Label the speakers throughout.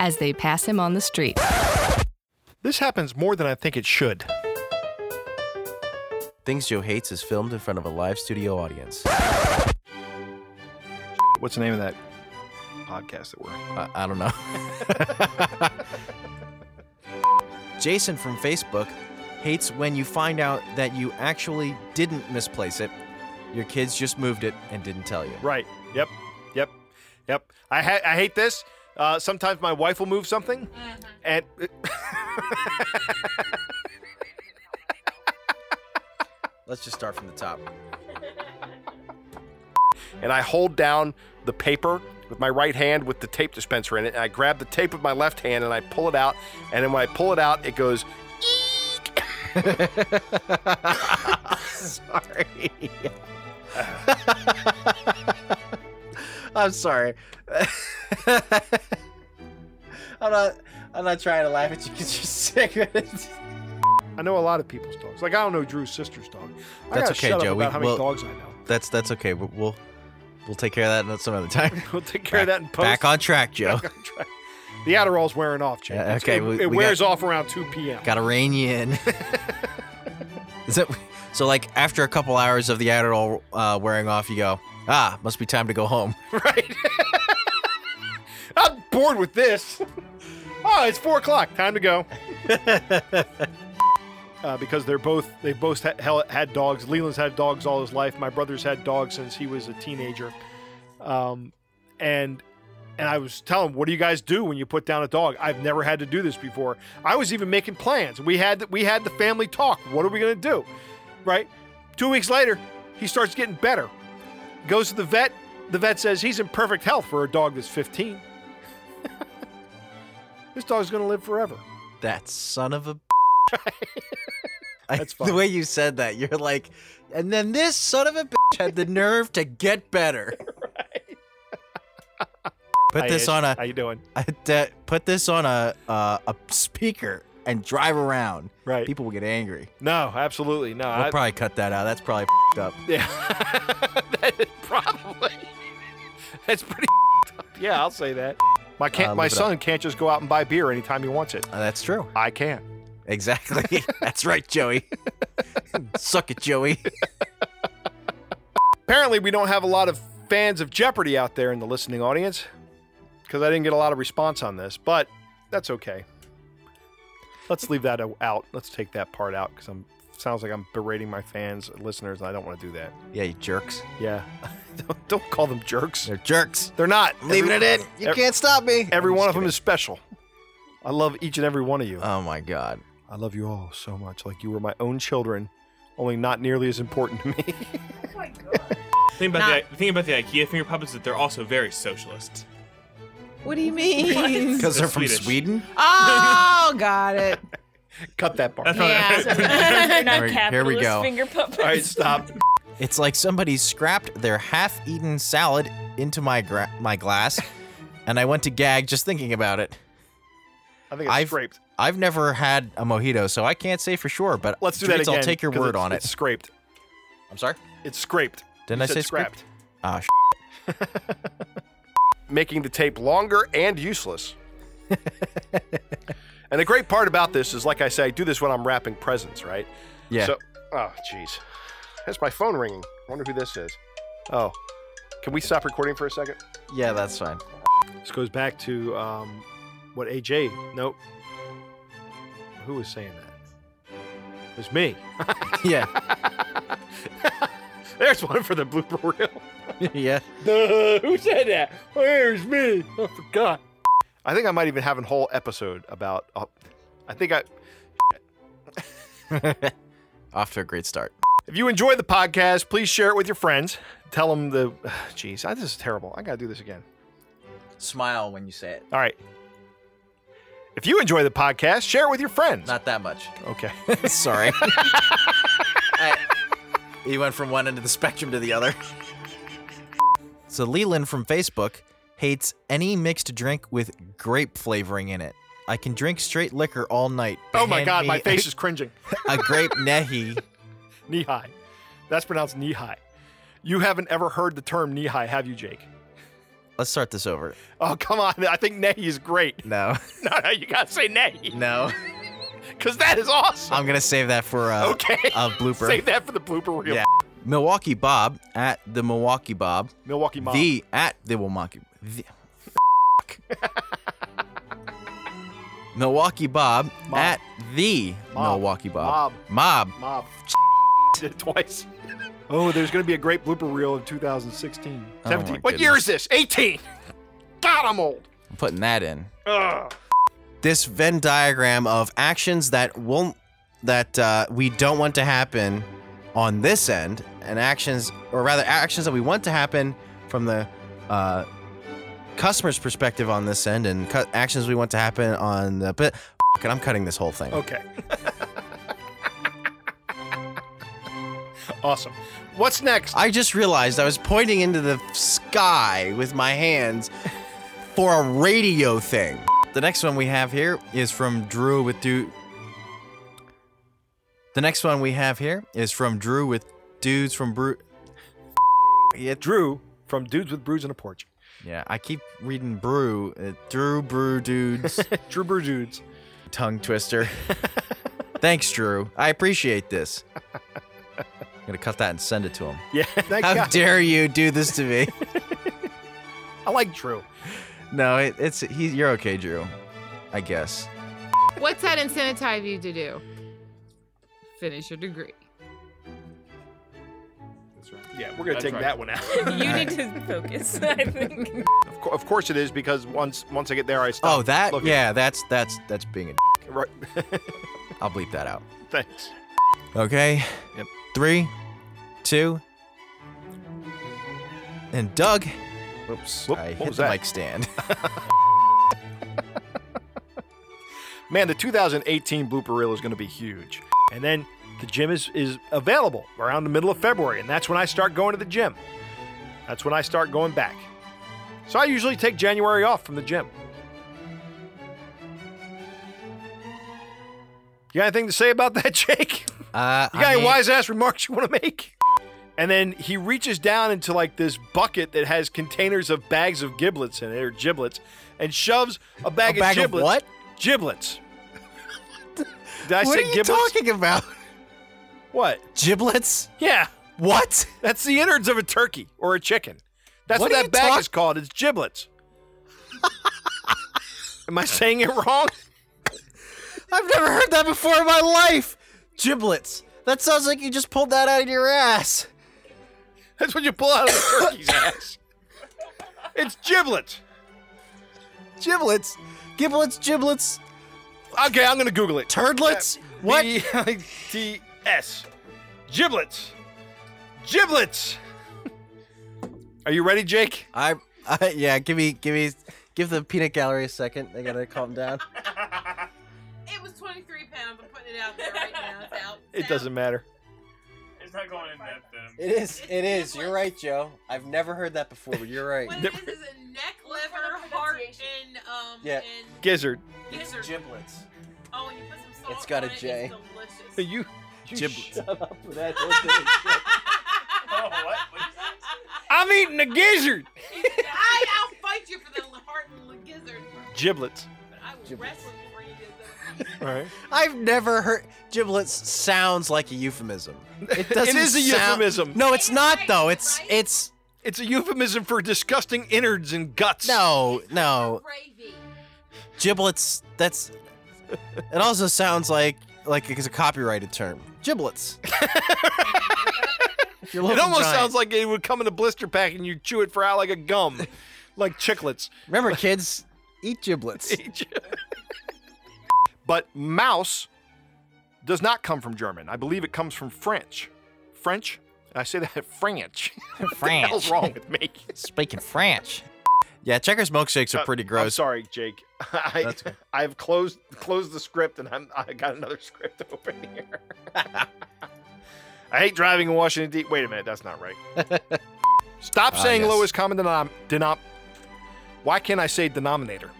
Speaker 1: as they pass him on the street.
Speaker 2: This happens more than I think it should.
Speaker 3: Things Joe Hates is filmed in front of a live studio audience.
Speaker 2: What's the name of that podcast that we're
Speaker 3: I, I don't know. Jason from Facebook hates when you find out that you actually didn't misplace it. Your kids just moved it and didn't tell you.
Speaker 2: Right. Yep. Yep. Yep. I ha- I hate this. Uh, sometimes my wife will move something, and
Speaker 3: Let's just start from the top.
Speaker 2: and I hold down the paper with my right hand with the tape dispenser in it, and I grab the tape with my left hand and I pull it out, and then when I pull it out, it goes. "Eek."
Speaker 3: sorry. I'm sorry. I'm not. I'm not trying to laugh at you because you're sick. but it's-
Speaker 2: I know a lot of people's dogs. Like I don't know Drew's sister's dog. I
Speaker 3: That's
Speaker 2: gotta
Speaker 3: okay,
Speaker 2: shut
Speaker 3: Joe.
Speaker 2: Up
Speaker 3: We-
Speaker 2: about how many
Speaker 3: we'll-
Speaker 2: dogs I know.
Speaker 3: that's that's okay. We'll, we'll we'll take care of that some other time.
Speaker 2: We'll take care of that in post.
Speaker 3: Back on track, Joe.
Speaker 2: The Adderall's wearing off, Jake.
Speaker 3: Yeah,
Speaker 2: It's-
Speaker 3: okay,
Speaker 2: It,
Speaker 3: we-
Speaker 2: it
Speaker 3: we
Speaker 2: wears off around 2 p.m.
Speaker 3: Gotta rein you in. Is that so? Like after a couple hours of the Adderall uh, wearing off, you go, ah, must be time to go home.
Speaker 2: Right. I'm bored with this. Oh, it's four o'clock. Time to go. uh, because they're both they both ha- hell- had dogs. Leland's had dogs all his life. My brother's had dogs since he was a teenager. Um, and and I was telling him, what do you guys do when you put down a dog? I've never had to do this before. I was even making plans. We had we had the family talk. What are we gonna do? Right. Two weeks later, he starts getting better. Goes to the vet. The vet says he's in perfect health for a dog that's 15. this dog's going to live forever.
Speaker 3: That son of a. I-
Speaker 2: That's
Speaker 3: The
Speaker 2: fine.
Speaker 3: way you said that, you're like, and then this son of a bitch had the nerve to get better. Put
Speaker 2: Hi,
Speaker 3: this
Speaker 2: Ish.
Speaker 3: on a
Speaker 2: How you doing?
Speaker 3: de- put this on a uh, a speaker and drive around.
Speaker 2: Right.
Speaker 3: People will get angry.
Speaker 2: No, absolutely no.
Speaker 3: We'll
Speaker 2: I,
Speaker 3: probably cut that out. That's probably fed up.
Speaker 2: yeah, That is probably. That's pretty. up. Yeah, I'll say that. My can't,
Speaker 3: Uh,
Speaker 2: my
Speaker 3: live it
Speaker 2: son can't just go out and buy beer anytime he wants it.
Speaker 3: Uh, that's true.
Speaker 2: I can.
Speaker 3: Exactly. That's right, Joey. Suck it, Joey.
Speaker 2: Apparently, we don't have a lot of fans of Jeopardy out there in the listening audience because I didn't get a lot of response on this, but that's okay. Let's leave that out. Let's take that part out because I'm sounds like I'm berating my fans, listeners, and I don't want to do that.
Speaker 3: Yeah, you jerks.
Speaker 2: Yeah, don't, don't call them jerks.
Speaker 3: They're jerks.
Speaker 2: They're not.
Speaker 3: I'm leaving
Speaker 2: Every-
Speaker 3: it in. You
Speaker 2: ev-
Speaker 3: can't stop me.
Speaker 2: Every
Speaker 3: I'm
Speaker 2: one of
Speaker 3: just
Speaker 2: them is special. I love each and every one of you.
Speaker 3: kidding. Oh my god.
Speaker 2: Uh, I love you all so much. Like you were my own children, only not nearly as important to me.
Speaker 4: The thing, about
Speaker 1: Not-
Speaker 4: the, the thing about the IKEA finger puppets is that they're also very socialist.
Speaker 5: What do you mean?
Speaker 3: Because they're
Speaker 4: They're
Speaker 3: from
Speaker 4: Swedish.
Speaker 3: Sweden.
Speaker 6: Ah!
Speaker 5: oh, got it.
Speaker 2: Cut that part.
Speaker 4: That's
Speaker 2: all
Speaker 4: not-
Speaker 5: Yeah.
Speaker 7: They're not
Speaker 3: All right,
Speaker 7: capitalist
Speaker 3: here we go.
Speaker 7: finger puppets.
Speaker 2: right, stop.
Speaker 3: It's like somebody scrapped their half-eaten salad into my gra- my glass, and I went to gag just thinking about it.
Speaker 2: I think it's
Speaker 3: I've-
Speaker 2: scraped.
Speaker 3: I've never had a mojito, so I can't say for sure. But
Speaker 2: Let's do that
Speaker 3: Dreads,
Speaker 2: again.
Speaker 3: I'll take your
Speaker 2: 'cause
Speaker 3: word
Speaker 2: it's-
Speaker 3: on
Speaker 2: It's
Speaker 3: it.
Speaker 2: scraped.
Speaker 3: I'm sorry.
Speaker 2: It's scraped.
Speaker 3: Didn't
Speaker 2: You
Speaker 3: I
Speaker 2: said
Speaker 3: say
Speaker 2: scrapped?
Speaker 3: Ah, sh-
Speaker 2: making the tape longer and useless. and the great part about this is, like I say, I do this when I'm wrapping presents, right?
Speaker 3: yeah.
Speaker 2: So, oh, jeez. That's my phone ringing. I wonder who this is. Oh, can we stop recording for a second?
Speaker 3: yeah, that's fine.
Speaker 2: This goes back to um, what AJ, nope. Who was saying that? It was me.
Speaker 3: Yeah,
Speaker 2: There's one for the blooper reel.
Speaker 3: yeah.
Speaker 2: Duh, who said that? Where's me? I forgot. I think I might even have a whole episode about. Uh, I think I.
Speaker 3: Off to a great start.
Speaker 2: If you enjoy the podcast, please share it with your friends. Tell them the. Jeez, I- this is terrible. I gotta do this again.
Speaker 3: Smile when you say it.
Speaker 2: All right. If you enjoy the podcast, share it with your friends.
Speaker 3: Not that much.
Speaker 2: okay.
Speaker 3: Sorry. I, he went from one end of the spectrum to the other. So Leland from Facebook hates any mixed drink with grape flavoring in it. I can drink straight liquor all night. but
Speaker 2: Oh my
Speaker 3: hand
Speaker 2: God,
Speaker 3: me
Speaker 2: my face is cringing.
Speaker 3: a grape nehi.
Speaker 2: Knee high. That's pronounced knee high. You haven't ever heard the term knee high, have you, Jake?
Speaker 3: Let's start this over.
Speaker 2: Oh, come on. I think nay is great.
Speaker 3: No,
Speaker 2: No, no, you got to say nay
Speaker 3: no.
Speaker 2: because that is awesome.
Speaker 3: I'm gonna save that for uh,
Speaker 2: okay.
Speaker 3: a blooper.
Speaker 2: Save that for the blooper reel.
Speaker 3: Yeah. Milwaukee Bob at the Milwaukee Bob.
Speaker 2: Milwaukee Mom.
Speaker 3: The at the Milwaukee. The, Milwaukee Bob
Speaker 2: Mob.
Speaker 3: at the
Speaker 2: Mob.
Speaker 3: Milwaukee Bob. Mob.
Speaker 2: Mob. Did it twice. Oh, there's going to be a great blooper reel in 2016.
Speaker 3: Oh,
Speaker 2: 17.
Speaker 3: my
Speaker 2: what year
Speaker 3: goodness.
Speaker 2: is this? 18. God, I'm old.
Speaker 3: I'm putting that in.
Speaker 2: Ugh.
Speaker 3: This Venn diagram of actions that won't that uh, we don't want to happen on this end, and actions, or rather, actions that we want to happen from the uh, customer's perspective on this end, and cu- actions we want to happen on the. But and I'm cutting this whole thing.
Speaker 2: Okay. awesome. What's next?
Speaker 3: I just realized I was pointing into the sky with my hands for a radio thing. The next one we have here is from Drew with Dude. The next one we have here is from Drew with Dudes from Brew. Yeah, Drew.
Speaker 2: Drew from Dudes with Brews and a Porch.
Speaker 3: Yeah, I keep reading Brew. Uh, Drew Brew Dudes.
Speaker 2: Drew Brew Dudes.
Speaker 3: tongue twister. Thanks, Drew. I appreciate this. I'm gonna cut that and send it to him.
Speaker 2: Yeah. Thank
Speaker 3: How
Speaker 2: God.
Speaker 3: dare you do this to me?
Speaker 2: I like Drew.
Speaker 3: No, it, it's he, you're okay, Drew. I guess.
Speaker 7: What's that incentivize you to do? Finish your degree.
Speaker 2: Yeah, we're going to
Speaker 4: That's
Speaker 2: take
Speaker 4: right.
Speaker 2: that one out.
Speaker 6: You need to focus, I think.
Speaker 2: Of, cour- of course it is because once once I get there, I stop.
Speaker 3: Oh, that
Speaker 2: looking.
Speaker 3: yeah, that's that's that's being a. D-
Speaker 2: Right.
Speaker 3: I'll bleep that out.
Speaker 2: Thanks.
Speaker 3: Okay.
Speaker 2: Yep.
Speaker 3: Three, two, and Doug. Whoops.
Speaker 2: Whoop,
Speaker 3: I
Speaker 2: what
Speaker 3: hit
Speaker 2: was
Speaker 3: the
Speaker 2: that?
Speaker 3: mic stand.
Speaker 2: Man, the 2018 blooper reel is going to be huge. And then the gym is, is available around the middle of February, and that's when I start going to the gym. That's when I start going back. So I usually take January off from the gym. You got anything to say about that, Jake?
Speaker 3: Uh,
Speaker 2: You got
Speaker 3: I
Speaker 2: any
Speaker 3: mean,
Speaker 2: wise ass remarks you want to make? And then he reaches down into like this bucket that has containers of bags of giblets in it, or giblets, and shoves a
Speaker 3: a
Speaker 2: bag,
Speaker 3: bag
Speaker 2: of
Speaker 3: of
Speaker 2: giblets.
Speaker 3: what?
Speaker 2: Giblets. Did I
Speaker 3: what
Speaker 2: say
Speaker 3: are you
Speaker 2: giblets?
Speaker 3: talking about?
Speaker 2: What?
Speaker 3: Giblets?
Speaker 2: Yeah,
Speaker 3: What?
Speaker 2: that's the innards of a turkey or a chicken. That's what,
Speaker 3: What are
Speaker 2: that
Speaker 3: you
Speaker 2: bag
Speaker 3: talk-
Speaker 2: is called. It's giblets. Am I saying it wrong?
Speaker 3: I've never heard that before in my life. Giblets. That sounds like you just pulled that out of your ass.
Speaker 2: That's what you pull out of a turkey's ass. It's giblets.
Speaker 3: Giblets. Giblets. Giblets.
Speaker 2: Okay, I'm gonna Google it.
Speaker 3: Turdlets. What?
Speaker 2: T S. Giblets. Giblets. Are you ready, Jake?
Speaker 3: I, I yeah, give me give me give the peanut gallery a second. They gotta calm down.
Speaker 7: It was 23 pounds. I'm putting it out there right now. It's out.
Speaker 2: It doesn't matter.
Speaker 4: It's not going in depth, though.
Speaker 3: It is, it is. You're right, Joe. I've never heard that before, but you're right.
Speaker 7: What it is is a neck, liver, heart, and um,
Speaker 3: Yeah.
Speaker 7: and
Speaker 2: Gizzard.
Speaker 7: gizzard.
Speaker 3: Giblets.
Speaker 7: Oh, and you put some salt
Speaker 3: It's got a
Speaker 7: on it,
Speaker 3: J.
Speaker 7: It's delicious.
Speaker 2: You. you
Speaker 3: Giblets.
Speaker 2: sh-
Speaker 4: Oh, what? What'd you
Speaker 2: I'm eating a gizzard.
Speaker 7: I, I'll fight you for the heart and the gizzard,
Speaker 2: Giblets.
Speaker 7: but I will
Speaker 3: Giblets.
Speaker 7: wrestle you before you do that.
Speaker 2: All right.
Speaker 3: I've never heard giblets sounds like a euphemism. It doesn't.
Speaker 2: is a
Speaker 3: sound-
Speaker 2: euphemism.
Speaker 3: No, it's not though. It's
Speaker 7: Right?
Speaker 3: it's
Speaker 2: It's a euphemism for disgusting innards and guts.
Speaker 3: no no
Speaker 7: Gravy.
Speaker 3: giblets. That's it. Also sounds like like it's a copyrighted term. Giblets. If you're
Speaker 2: It
Speaker 3: looking
Speaker 2: almost
Speaker 3: giant.
Speaker 2: sounds like it would come in a blister pack and you chew it for out like a gum, like chiclets.
Speaker 3: Remember, kids, eat giblets.
Speaker 2: but mouse does not come from German. I believe it comes from French. French? I say that French. What the hell's
Speaker 3: French.
Speaker 2: wrong with me?
Speaker 3: Speaking French. Yeah, checkers milkshakes are
Speaker 2: Uh,
Speaker 3: pretty
Speaker 2: I'm
Speaker 3: gross.
Speaker 2: sorry, Jake. I,
Speaker 3: That's okay.
Speaker 2: I've closed closed the script and I'm, I got another script open here. I hate driving in Washington. D. Wait a minute, that's not right. Stop
Speaker 3: Ah,
Speaker 2: saying
Speaker 3: yes.
Speaker 2: lowest common denom. denom- Why can't I say denominator?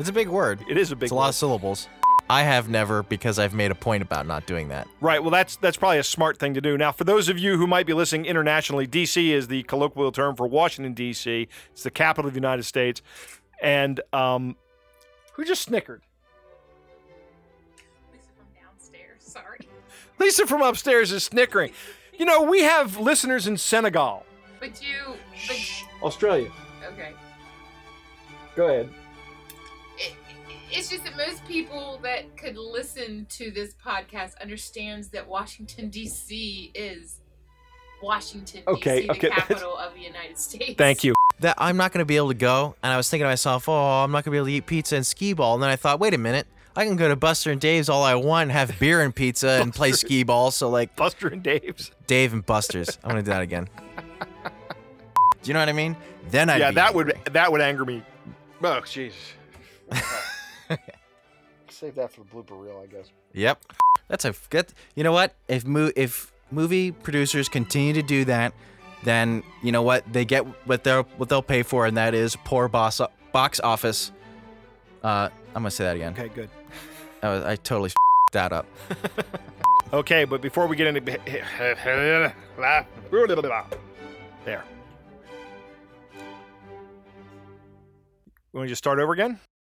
Speaker 3: It's a big word.
Speaker 2: It is a big.
Speaker 3: it's a lot
Speaker 2: word.
Speaker 3: of syllables. I have never because I've made a point about not doing that.
Speaker 2: Right. Well, that's that's probably a smart thing to do. Now, for those of you who might be listening internationally, D.C. is the colloquial term for Washington D.C. It's the capital of the United States. And um, who just snickered?
Speaker 6: downstairs. Sorry.
Speaker 2: Lisa from upstairs is snickering. You know, we have listeners in Senegal,
Speaker 7: But you, but,
Speaker 2: Australia.
Speaker 7: okay.
Speaker 2: Go ahead.
Speaker 7: It, it's just that most people that could listen to this podcast understands that Washington D.C. is Washington
Speaker 2: Okay,
Speaker 7: D.C.,
Speaker 2: okay,
Speaker 7: the
Speaker 2: that's-
Speaker 7: capital of the United States.
Speaker 2: Thank you.
Speaker 3: That I'm not gonna be able to go, and I was thinking to myself, oh, I'm not gonna be able to eat pizza and skee ball. And then I thought, wait a minute, I can go to Buster and Dave's all I want, and have beer and pizza, and play skee ball. So like
Speaker 2: Buster and Dave's.
Speaker 3: Dave and Buster's, I'm gonna do that again. do you know what I mean? Then I
Speaker 2: yeah, that would that would anger me. Oh, jeez. Save that for the blooper reel, I guess.
Speaker 3: Yep. That's a good. You know what? If mo- if movie producers continue to do that, then you know what they get what they are what they'll pay for, and that is poor boss box office. Uh, I'm gonna say that again.
Speaker 2: Okay, good.
Speaker 3: I, was- I totally f- that up.
Speaker 2: Okay, but before we get into there, we want to just start over again.